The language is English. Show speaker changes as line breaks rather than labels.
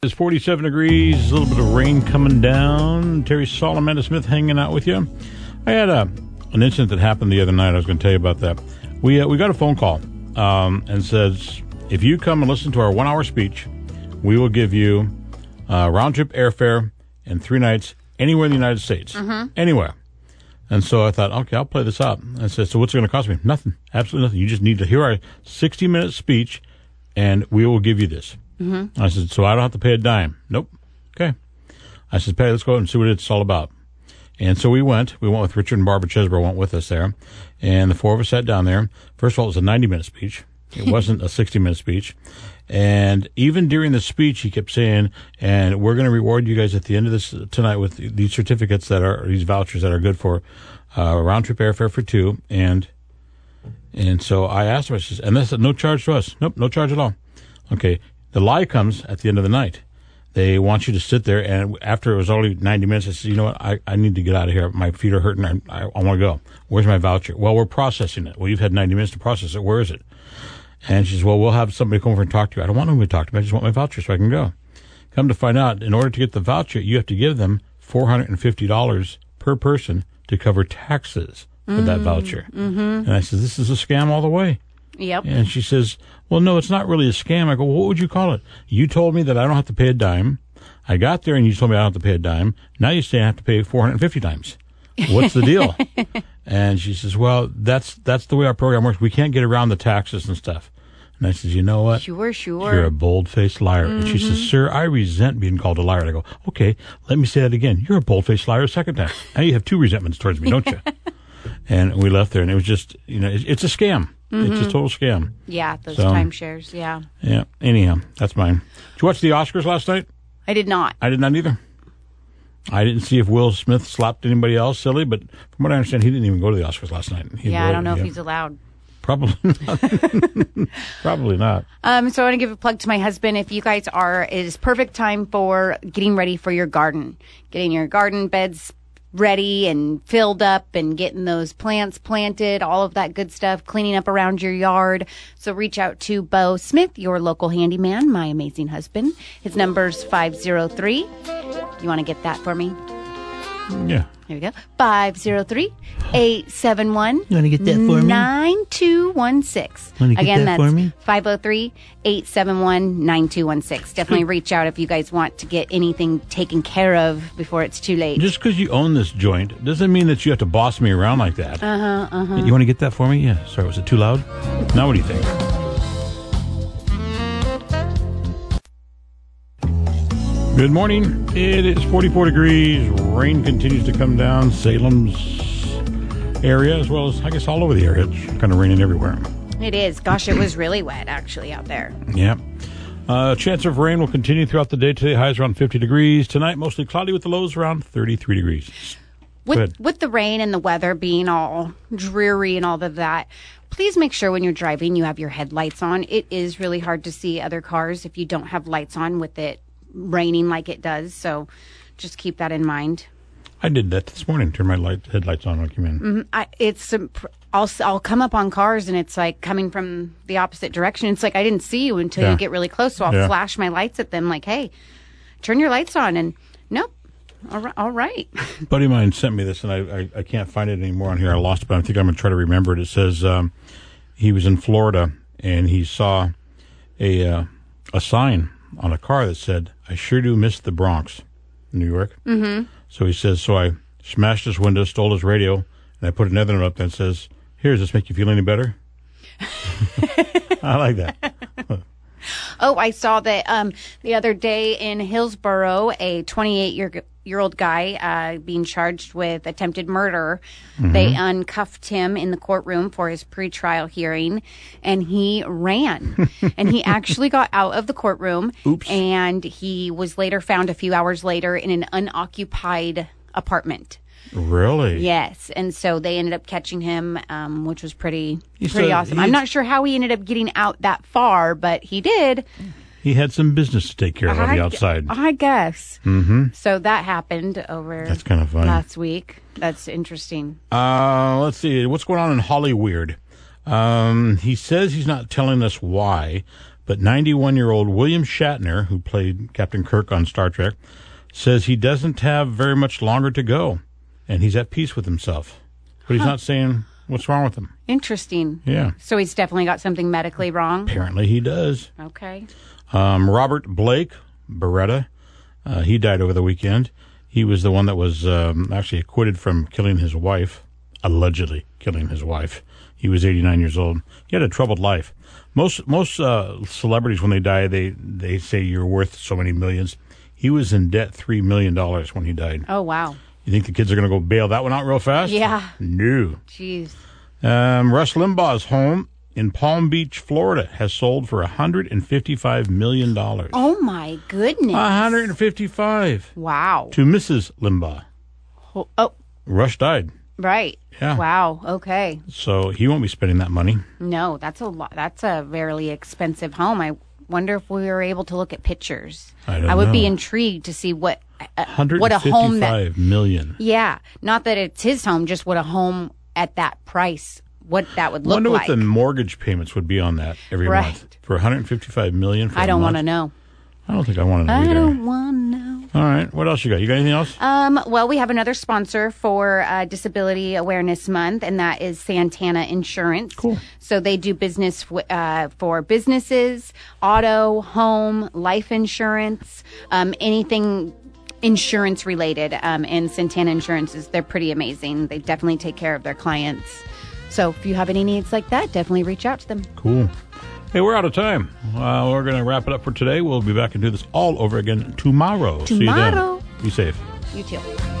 It's 47 degrees, a little bit of rain coming down. Terry Solomon Smith hanging out with you. I had a an incident that happened the other night. I was going to tell you about that. We uh, we got a phone call um, and says if you come and listen to our one hour speech, we will give you uh, round trip airfare and three nights anywhere in the United States, anywhere. And so I thought, okay, I'll play this out. I said, so what's it going to cost me? Nothing, absolutely nothing. You just need to hear our 60 minute speech, and we will give you this. Mm-hmm. I said, so I don't have to pay a dime. Nope. Okay. I said, Patty, let's go out and see what it's all about. And so we went. We went with Richard and Barbara Chesbro went with us there. And the four of us sat down there. First of all, it was a 90 minute speech. It wasn't a 60 minute speech. And even during the speech, he kept saying, and we're going to reward you guys at the end of this tonight with these certificates that are, these vouchers that are good for uh, round trip airfare for two. And, and so I asked him, I says, and that's no charge to us. Nope, no charge at all. Okay. The lie comes at the end of the night. They want you to sit there, and after it was only 90 minutes, I said, you know what? I, I need to get out of here. My feet are hurting. I, I, I want to go. Where's my voucher? Well, we're processing it. Well, you've had 90 minutes to process it. Where is it? And she says, well, we'll have somebody come over and talk to you. I don't want anybody to talk to me. I just want my voucher so I can go. Come to find out, in order to get the voucher, you have to give them $450 per person to cover taxes for that voucher. Mm-hmm. And I said, this is a scam all the way.
Yep.
And she says, Well, no, it's not really a scam. I go, well, What would you call it? You told me that I don't have to pay a dime. I got there and you told me I don't have to pay a dime. Now you say I have to pay 450 dimes. What's the deal? and she says, Well, that's, that's the way our program works. We can't get around the taxes and stuff. And I says, You know what?
Sure, sure.
You're a bold faced liar. And she says, Sir, I resent being called a liar. And I go, Okay, let me say that again. You're a bold faced liar a second time. Now you have two resentments towards me, don't you? and we left there and it was just, you know, it's, it's a scam. It's a total scam.
Yeah, those
So-
timeshares. Yeah.
Yeah. Anyhow, that's mine. Did you watch the Oscars last night?
I did not.
I did not either. I didn't see if Will Smith slapped anybody else silly, but from what I understand, he didn't even go to the Oscars last night. He
yeah, I
really-
don't know
yeah.
if he's allowed.
probably not. probably not.
Um, so I want to give a plug to my husband. If you guys are, it is perfect time for getting ready for your garden, getting your garden beds ready and filled up and getting those plants planted, all of that good stuff, cleaning up around your yard. So reach out to Bo Smith, your local handyman, my amazing husband. His number's 503. You want to get that for me?
Yeah.
Here we go. 503 871
You wanna get that for me?
9216.
Wanna get
Again,
that
that's
for me?
503 871 9216. Definitely reach out if you guys want to get anything taken care of before it's too late.
Just because you own this joint doesn't mean that you have to boss me around like that. Uh huh. Uh huh. You want to get that for me? Yeah. Sorry, was it too loud? Now what do you think? Good morning. It is 44 degrees. Rain continues to come down Salem's area, as well as I guess all over the area. It's kind of raining everywhere.
It is. Gosh, it was really wet actually out there.
Yeah. Uh, chance of rain will continue throughout the day today. Highs around 50 degrees. Tonight, mostly cloudy with the lows around 33 degrees.
with
Good.
with the rain and the weather being all dreary and all of that please make sure when you're driving you have your headlights on it is really hard to see other cars if you don't have lights on with it raining like it does so just keep that in mind
I did that this morning. Turned my light headlights on when I came in.
I, it's some pr- I'll s- I'll come up on cars and it's like coming from the opposite direction. It's like I didn't see you until
Yeah.
you get really close. So I'll
Yeah.
flash my lights at them like, "Hey, turn your lights on." And nope, all right, all right.
buddy of mine sent me this, and I, I, I can't find it anymore on here. I lost it, but I think I'm going to try to remember it. It says um, he was in Florida and he saw a uh, a sign on a car that said, "I sure do miss the Bronx, New York." Mm-hmm. So he says, "So I smashed his window, stole his radio, and I put another one up that says, here, does this make you feel any better?'" I like that.
Oh, I saw that um, the other day in Hillsboro, a 28 year year old guy uh, being charged with attempted murder.
Mm-hmm.
They uncuffed him in the courtroom for his pretrial hearing, and he ran. and he actually got out of the courtroom. Oops. And he was later found a few hours later in an unoccupied apartment.
Really?
Yes, and so they ended up catching him, um, which was pretty
He
pretty
said
awesome.
he-
I'm not sure how he ended up getting out that far, but he did.
He had some business to take care of on the
I- uh,
outside.
I guess. Mm-hmm. So that happened over
That's kind of funny.
last week. That's interesting.
Uh, let's see. What's going on in Hollyweird? Um, he says he's not telling us why, But 91 year old William Shatner, who played Captain Kirk on Star Trek, says he doesn't have very much longer to go and he's at peace with himself. But he's not saying what's wrong with him.
Interesting.
Yeah.
So he's definitely got something medically wrong.
Apparently he does.
Okay.
Um, Robert Blake, Beretta, uh, he died over the weekend. He was the one that was um, actually acquitted from killing his wife, allegedly killing his wife. He was 89 years old. He had a troubled life. Most most uh, celebrities, when they die, they they say you're worth so many millions. He was in debt three million dollars when he died.
Oh wow.
You think the kids are going to go bail that one out real fast?
Yeah.
No.
Jeez.
Um, Rush Limbaugh's home in Palm Beach, Florida, has sold for 155 million dollars.
Oh my goodness.
155
wow.
to Mrs. Limbaugh.
Oh, oh,
Rush died,
right.
Yeah.
Wow. Okay.
so he won't be spending that money.
No, that's a lot. That's a very expensive home. I wonder if we were able to look at pictures.
I don't
would be
know.
intrigued to see what uh, what a home that.
155 million.
Yeah, not that it's his home, just what a home at that price, what that would
I
look
wonder
like.
what the mortgage payments would be on that every
Right.
month for 155 million. For
I don't
want
to know.
I don't think I want to know
I
either.
don't want to know.
All right, what else you got? You got anything else?
Um, well, we have another sponsor for uh, Disability Awareness Month, and that is Santana Insurance.
Cool.
So they do business w- uh, for businesses, auto, home, life insurance, um, anything insurance related. Um, and Santana Insurance is they're pretty amazing. They definitely take care of their clients. So if you have any needs like that, definitely reach out to them.
Cool. Hey, we're out of time. Uh, we're going to wrap it up for today. We'll be back and do this all over again tomorrow. See you then.
Tomorrow.
Be safe.
You too.